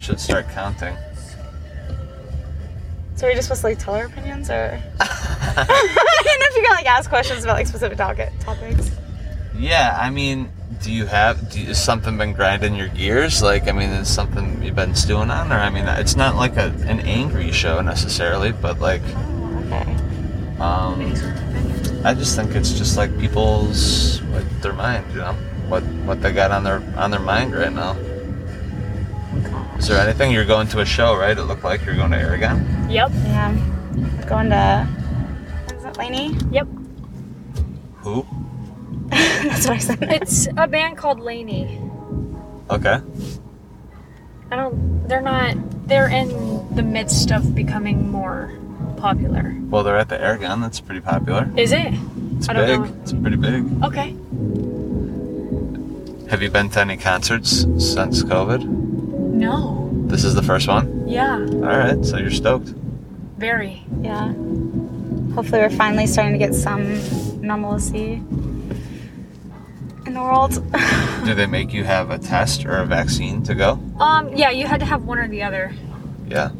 should start counting. So are we just supposed to like tell our opinions, or and if you can like ask questions about like specific topic topics. Yeah, I mean, do you have do you, has something been grinding your gears? Like, I mean, is something you've been stewing on, or I mean, it's not like a, an angry show necessarily, but like, Oh, okay. um, I just think it's just like people's like their mind, you know, what what they got on their on their mind right now. Is there anything you're going to a show, right? It looked like you're going to Aragon. Yep. Yeah. Going to. Is it Laney? Yep. Who? That's what I said. It's a band called Laney. Okay. I don't. They're not. They're in the midst of becoming more popular. Well, they're at the Aragon. That's pretty popular. Is it? It's I don't big. know. It's pretty big. Okay. Have you been to any concerts since COVID? No. This is the first one. Yeah. All right, so you're stoked. Very. Yeah. Hopefully, we're finally starting to get some normalcy in the world. Do they make you have a test or a vaccine to go? Um. Yeah. You had to have one or the other. Yeah.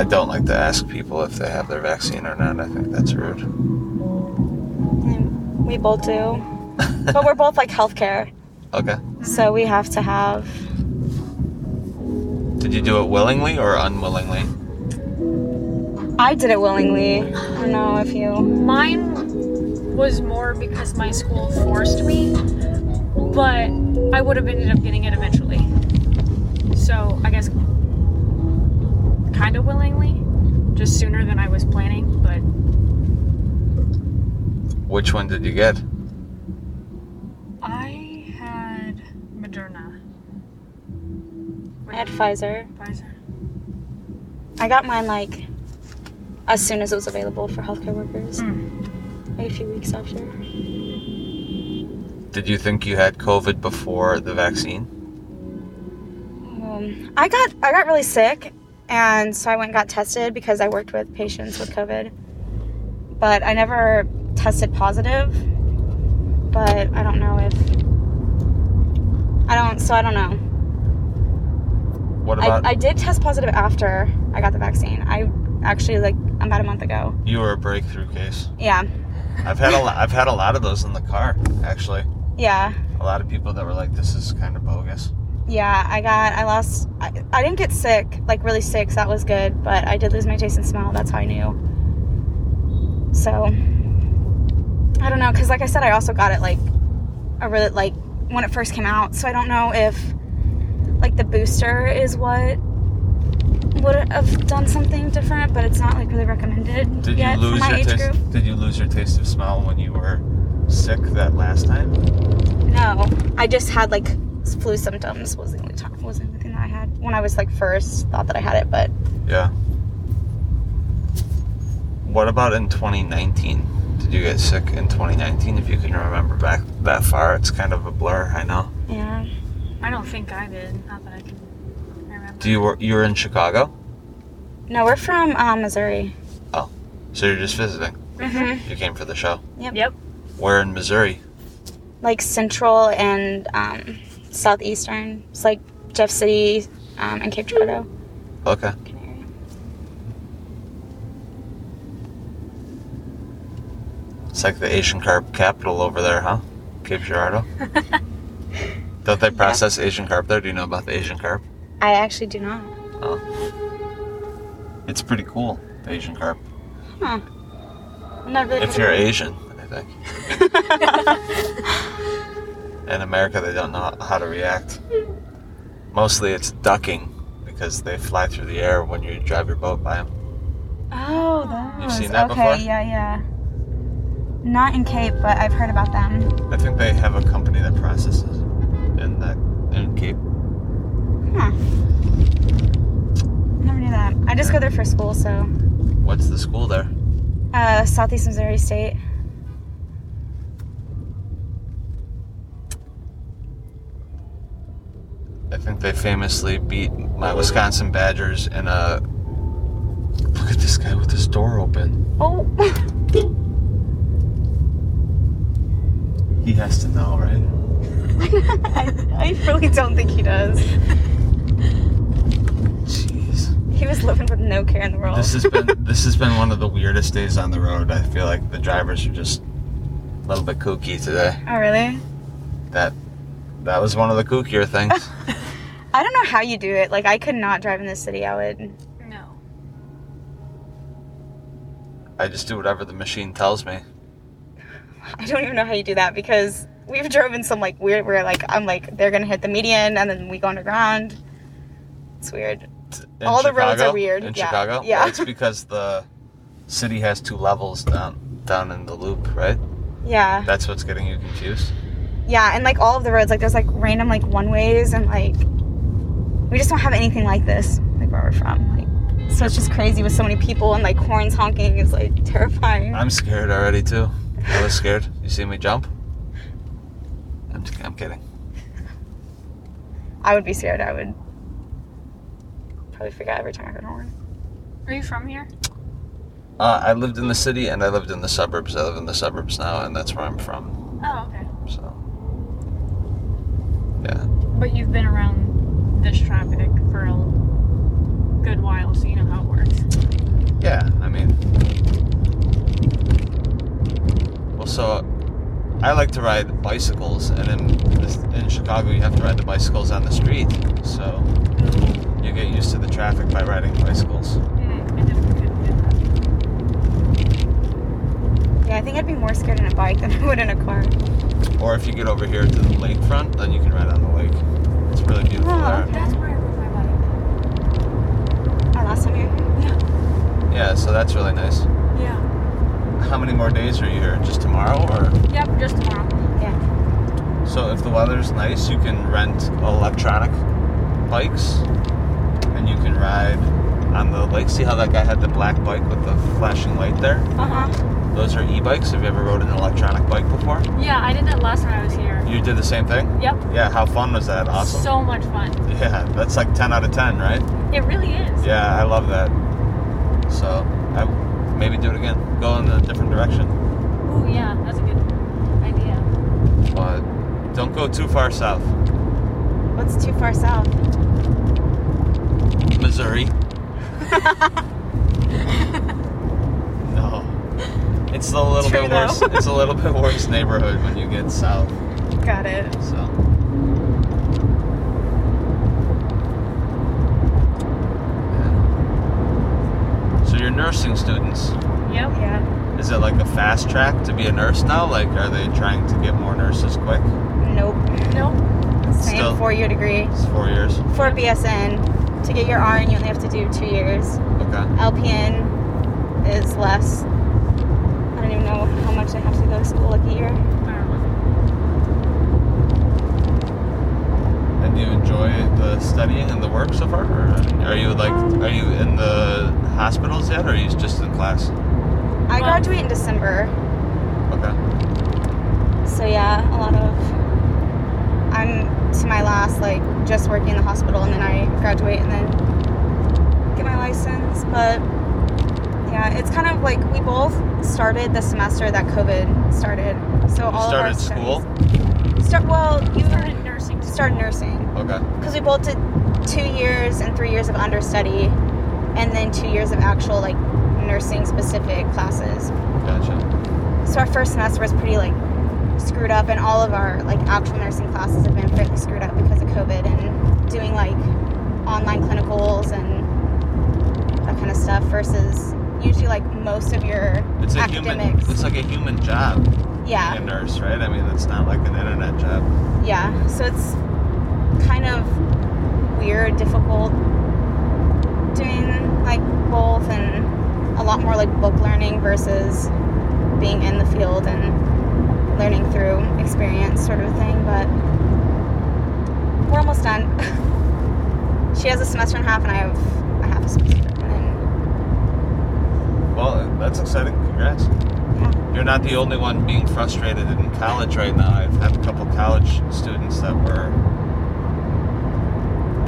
I don't like to ask people if they have their vaccine or not. I think that's rude. we both do, but we're both like healthcare, Okay. so we have to have. Did you do it willingly or unwillingly? I did it willingly. I don't know if you. Mine was more because my school forced me, but I would have ended up getting it eventually. So I guess kind of willingly, just sooner than I was planning, but Which one did you get? I had Moderna. I had Pfizer. Pfizer. I got mine like as soon as it was available for healthcare workers, Hmm. like a few weeks after. Did you think you had COVID before the vaccine? Um, I got I got really sick, and so I went and got tested because I worked with patients with COVID. But I never tested positive. But I don't know if I don't. So I don't know. What I, about I did test positive after I got the vaccine. I actually like about a month ago. you were a breakthrough case? Yeah, I've had a lot, I've had a lot of those in the car actually. yeah, a lot of people that were like, "This is kind of bogus." yeah. I got. I lost. I, I didn't get sick, like really sick. So that was good. But I did lose my taste and smell. That's how I knew. So I don't know, cause like I said, I also got it like a really like when it first came out. So I don't know if like the booster is what would have done something different, but it's not like really recommended Did yet you lose for my your age taste? group. Did you lose your taste of smell when you were sick that last time? No, I just had like flu symptoms. Was the only time was the only thing that I had when I was like first thought that I had it, but Yeah. What about in 2019? Did you get sick in 2019? If you can remember back that far, it's kind of a blur. I know. yeah, I don't think I did. Not that I can remember. Do you were you were in Chicago? no, we're from uh, Missouri. So you're just visiting. Mm-hmm. You came for the show. Yep. We're in Missouri. Like central and um, southeastern. It's like Jeff City um, and Cape Girardeau. Okay. kinda area. It's like the Asian carp capital over there, huh? Cape Girardeau. Don't they process Asian carp there? Do you know about the Asian carp? I actually do not. It's pretty cool, the Asian carp. I'm not really. If you're Asian, I think. In America, they don't know how to react. Mostly it's ducking because they fly through the air when you drive your boat by them. oh, those. You've seen that okay, before? yeah, yeah. Not in Cape, but I've heard about them. I think they have a company that processes in that in Cape. Never knew that. I just go there for school, so What's the school there? uh, Southeast Missouri State. I think they famously beat my Wisconsin Badgers in a. Look at this guy with his door open. Oh. He has to know, right? I, I really don't think he does. Jeez. He was living with no care in the world. This has been this has been one of the weirdest days on the road. I feel like the drivers are just a little bit kooky today. oh, really? That that was one of the kookier things. I don't know how you do it. Like, I could not drive in this city. I would. No. I just do whatever the machine tells me. I don't even know how you do that because we've driven some like weird where like I'm like they're gonna hit the median and then we go underground. It's weird. In All the roads are weird, In yeah, Chicago? yeah. Well, it's because the city has two levels down down in the loop, right? Yeah. That's what's getting you confused. Yeah, and like all of the roads, like there's like random like one ways and like we just don't have anything like this, like where we're from. Like so it's just crazy with so many people and like horns honking is like terrifying. I'm scared already too. I was scared. You see me jump? I'm, I'm kidding. I would be scared, I would probably forget every time I heard a horn. Are you from here? Uh, I lived in the city and I lived in the suburbs. I live in the suburbs now, and that's where I'm from. Oh, okay. So, yeah, But you've been around this traffic for a good while, so you know how it works. yeah. I mean, well, so I like to ride bicycles, and in this, in Chicago, you have to ride the bicycles on the street. So Mm-hmm. you get used to the traffic by riding bicycles. Mm, I definitely couldn't do that. Yeah, I think I'd be more scared in a bike than I would in a car. Or if you get over here to the lakefront, then you can ride on the lake. It's really beautiful Oh, there. okay. That's where I rode my Our last time here. Yeah, so that's really nice. bike. Yeah. How many more days are you here? Just tomorrow, or? Yep, just tomorrow. Yeah. So if the weather's nice, you can rent electronic bikes, and you can ride on the lake. See how that guy had the black bike with the flashing light there? Uh-huh. Those are e-bikes. Have you ever rode an electronic bike before? Yeah, I did that last time I was here. You did the same thing. Yep. Yeah. How fun was that? Awesome. So much fun. yeah, that's like ten out of ten, right? It really is. Yeah, I love that. So I maybe do it again. Go in a different direction, Ooh, yeah, that's a good idea. but don't go too far south. What's too far south? Missouri. no. It's a little True, bit though. worse. It's a little bit worse neighborhood when you get south. Got it. So So you're nursing students. Yep. Oh, Yeah. Is it like a fast track to be a nurse now? Like are they trying to get more nurses quick? Nope. Nope. Same Still- four-year degree. It's four years. For BSN, to get your RN, you only have to do two years. Okay. LPN is less. I don't even know how much they have to go to school like a year. I don't know. And do you enjoy the studying and the work so far? Or are you like are you in the hospitals yet or are you just in class? I Wow. graduate in December, Okay. so yeah, a lot of. I'm to my last, like, just working in the hospital, and then I graduate and then get my license. But yeah, it's kind of like we both started the semester that COVID started. So You all started of school? our school. Start well, you Started nursing. started nursing. Okay. because we both did two years and three years of understudy and then two years of actual like nursing specific classes Gotcha. so our first semester was pretty like screwed up and all of our like actual nursing classes have been fairly screwed up because of covid and doing like online clinicals and that kind of stuff versus usually like most of your It's a academics human it's like a human job yeah being a nurse, right? I mean it's not like an internet job. yeah so it's kind of weird difficult doing like both and a lot more like book learning versus being in the field and learning through experience sort of thing but we're almost done she has a semester and a half and i have i have a semester and then Well, that's exciting. Congrats. Yeah. You're not the only one being frustrated in college right now. I've had a couple college students that were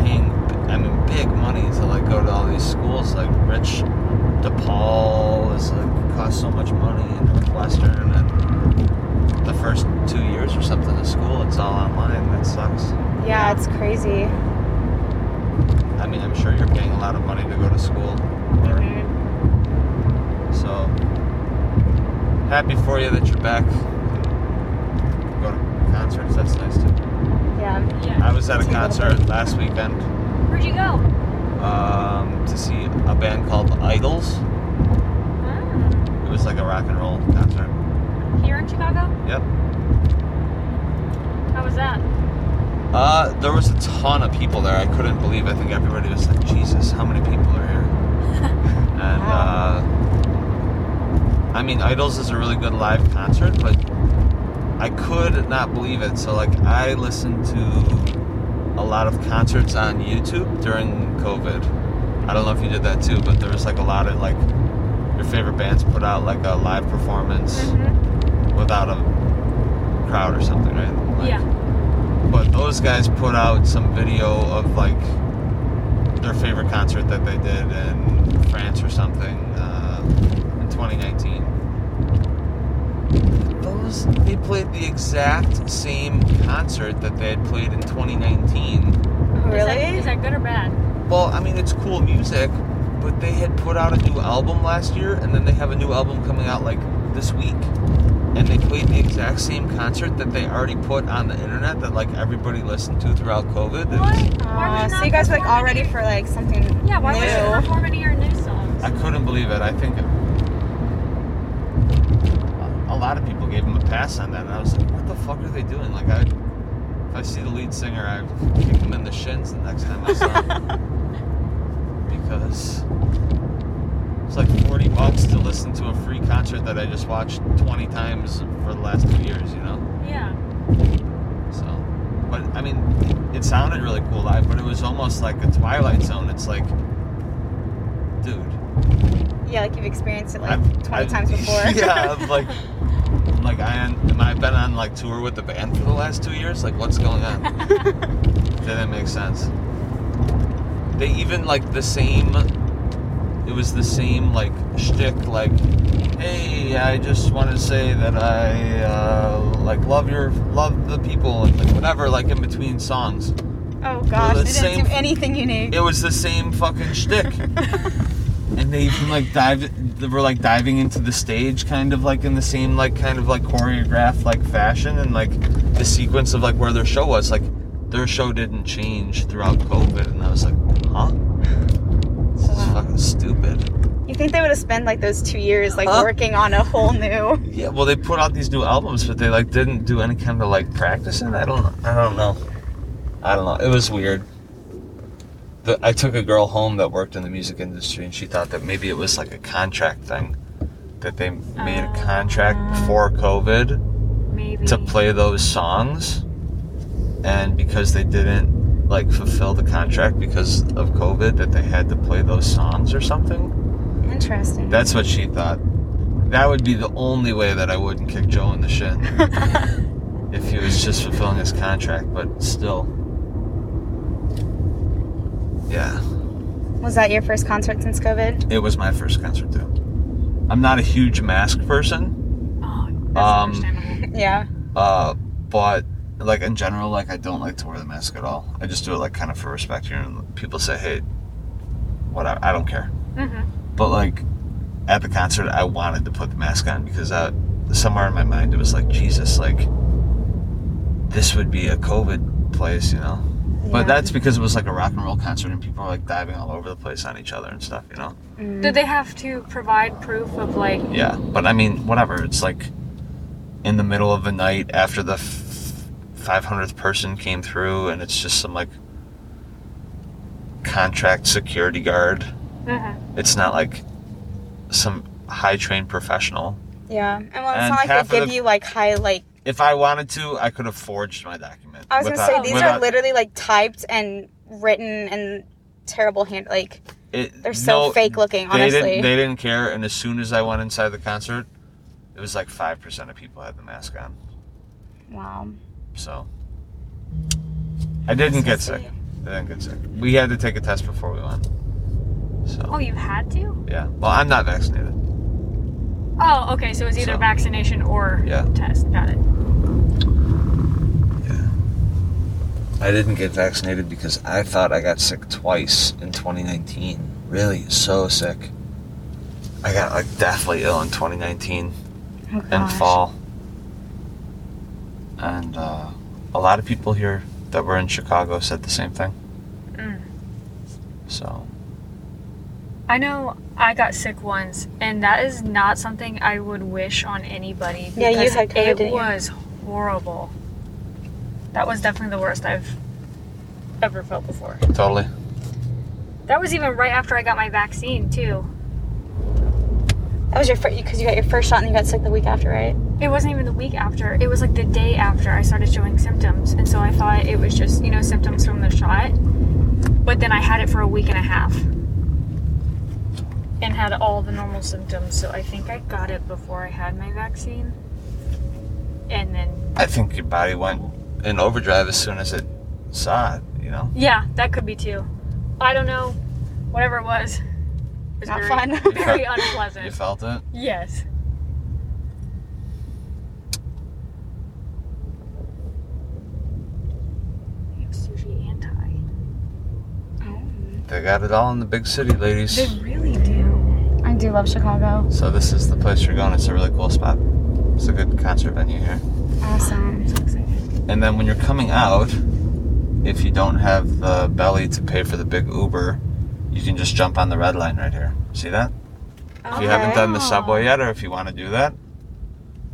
paying I mean big money to like go to all these schools like Rich DePaul is like cost so much money and Northwestern and the first two years or something of school, it's all online. That sucks. Yeah, it's crazy. I mean, I'm sure you're paying a lot of money to go to school. Or, Mhm. So happy for you that you're back. Go to concerts. That's nice too. Yeah. Yeah. I was at a concert last weekend Where'd you go? um, to see a band called Idols. Mm. It was like a rock and roll concert. Here in Chicago? Yep. How was that? Uh, there was a ton of people there. I couldn't believe. I think everybody was like, "Jesus, how many people are here?" and uh, I mean, Idols is a really good live concert, but I could not believe it. So like, I listened to a lot of concerts on YouTube during COVID. I don't know if you did that too, but there was like a lot of like your favorite bands put out like a live performance Mm-hmm. without a crowd or something, right? Like, Yeah. but those guys put out some video of like their favorite concert that they did in France or something uh, in 2019. Those they played the exact same concert that they had played in 2019. Is that- Really? Is that good or bad? Well, I mean it's cool music, but they had put out a new album last year, and then they have a new album coming out like this week. And they played the exact same concert that they already put on the internet that like everybody listened to throughout COVID. It was- Why? Why would Aw, so not you guys were like perform all ready any- for like something Yeah, why would you new. perform any of your new songs? I couldn't believe it. I think a lot of people gave him a pass on that, and I was like, "What the fuck are they doing?" Like, I, if I see the lead singer, I kick him in the shins the next time I saw him because it's like forty bucks to listen to a free concert that I just watched twenty times for the last two years, you know. Yeah. So, but I mean, it sounded really cool live, but it was almost like a Twilight Zone. It's like, dude. Yeah, like you've experienced it like I've- 20 I've- times before. Yeah, I'm like, I'm like I am, am I been on like tour with the band for the last two years? Like, what's going on? Didn't make sense. They even like the same. It was the same like shtick. Like, hey, I just want to say that I uh, like love your love the people and like whatever. Like in between songs, Oh gosh, the they didn't same- do anything unique. it was the same fucking shtick. and they even like dive they were like diving into the stage kind of like in the same like kind of like choreographed like fashion and like the sequence of like where their show was like their show didn't change throughout covid and i was like huh this is Wow. fucking stupid You think they would have spent like those two years like Huh? working on a whole new? yeah well they put out these new albums but they like didn't do any kind of like practicing i don't i don't know i don't know it was weird the, i took a girl home that worked in the music industry and she thought that maybe it was like a contract thing that they made a contract before covid Maybe. to play those songs and because they didn't like fulfill the contract because of covid that they had to play those songs or something Interesting. that's what she thought that would be the only way that i wouldn't kick joe in the shin if he was just fulfilling his contract but still yeah was that your first concert since COVID? it was my first concert too i'm not a huge mask person Oh, that's Um, understandable. Yeah. Uh, but like in general, like I don't like to wear the mask at all. I just do it like kind of for respect here, and people say, "Hey, whatever," I don't care. Mm-hmm. But like at the concert, I wanted to put the mask on because I, somewhere in my mind, it was like Jesus, like this would be a COVID place, you know. Yeah. But that's because it was like a rock and roll concert, and people were like diving all over the place on each other and stuff, you know. Mm. Did they have to provide proof of like? Yeah, but I mean, whatever. It's like in the middle of the night after the five hundredth person came through, and it's just some like contract security guard. Mhm. It's not like some high trained professional. Yeah. And well, it's And not like half they of give the- you like high like. If I wanted to, I could have forged my document. I was gonna without- say these are without- literally like typed and written and terrible hand like it- they're so no, fake looking. They Honestly. didn't, they didn't care, and as soon as I went inside the concert, it was like five percent of people had the mask on. Wow. So I didn't get So sick. I didn't get sick. We had to take a test before we went. Oh, So you had to. yeah. Well, I'm not vaccinated. Oh, okay. So it was either So- vaccination or Yeah. test. Got it. I didn't get vaccinated because I thought I got sick twice in 2019. Really, so sick. I got like deathly ill in 2019 Oh, and gosh. fall. And uh, a lot of people here that were in Chicago said the same thing. Mm. So I know I got sick once, and that is not something I would wish on anybody. Yeah, you because had COVID, It didn't you? was horrible. That was definitely the worst I've ever felt before. totally. That was even right after I got my vaccine too. That was your first because you got your first shot and you got sick the week after, right? It wasn't even the week after. It was like the day after I started showing symptoms, and so I thought it was just you know symptoms from the shot. But then I had it for a week and a half, and had all the normal symptoms. So I think I got it before I had my vaccine, and then I think your body went in overdrive as soon as it saw it. You know, yeah, that could be too. I don't know. Whatever it was, it was Not very, fun. very you unpleasant. felt it. Yes. We have sushi and Thai. Oh. They got it all in the big city, ladies. really do. I do love Chicago. So this is the place you're going. It's a really cool spot. It's a good concert venue here. Awesome. I'm so excited. And then when you're coming out, if you don't have the belly to pay for the big Uber, you can just jump on the red line right here. See that? If you haven't done the subway yet, or if you want to do that,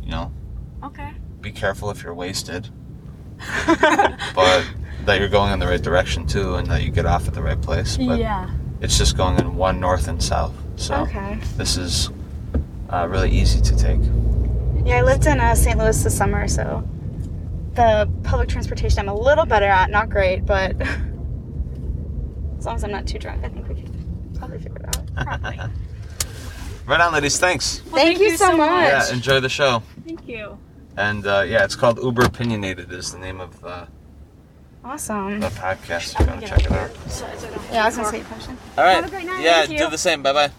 you know, Okay. be careful if you're wasted, but that you're going in the right direction too, and that you get off at the right place. But yeah. it's just going in one north and south. So Okay. this is uh, really easy to take. Yeah, I lived in uh, St. Louis this summer, so the public transportation I'm a little better at. Not great, but as long as I'm not too drunk, I think we could probably figure it out. Probably. Well, Right on, ladies. Thanks. Thank you so much. Yeah, enjoy the show. Thank you. And uh, yeah, it's called Uber Opinionated is the name of uh, Awesome. the podcast. If you want to check it out. So, so I don't Yeah, I was gonna say question. All right. Have a great night. Yeah, Thank do you. the same. Bye bye.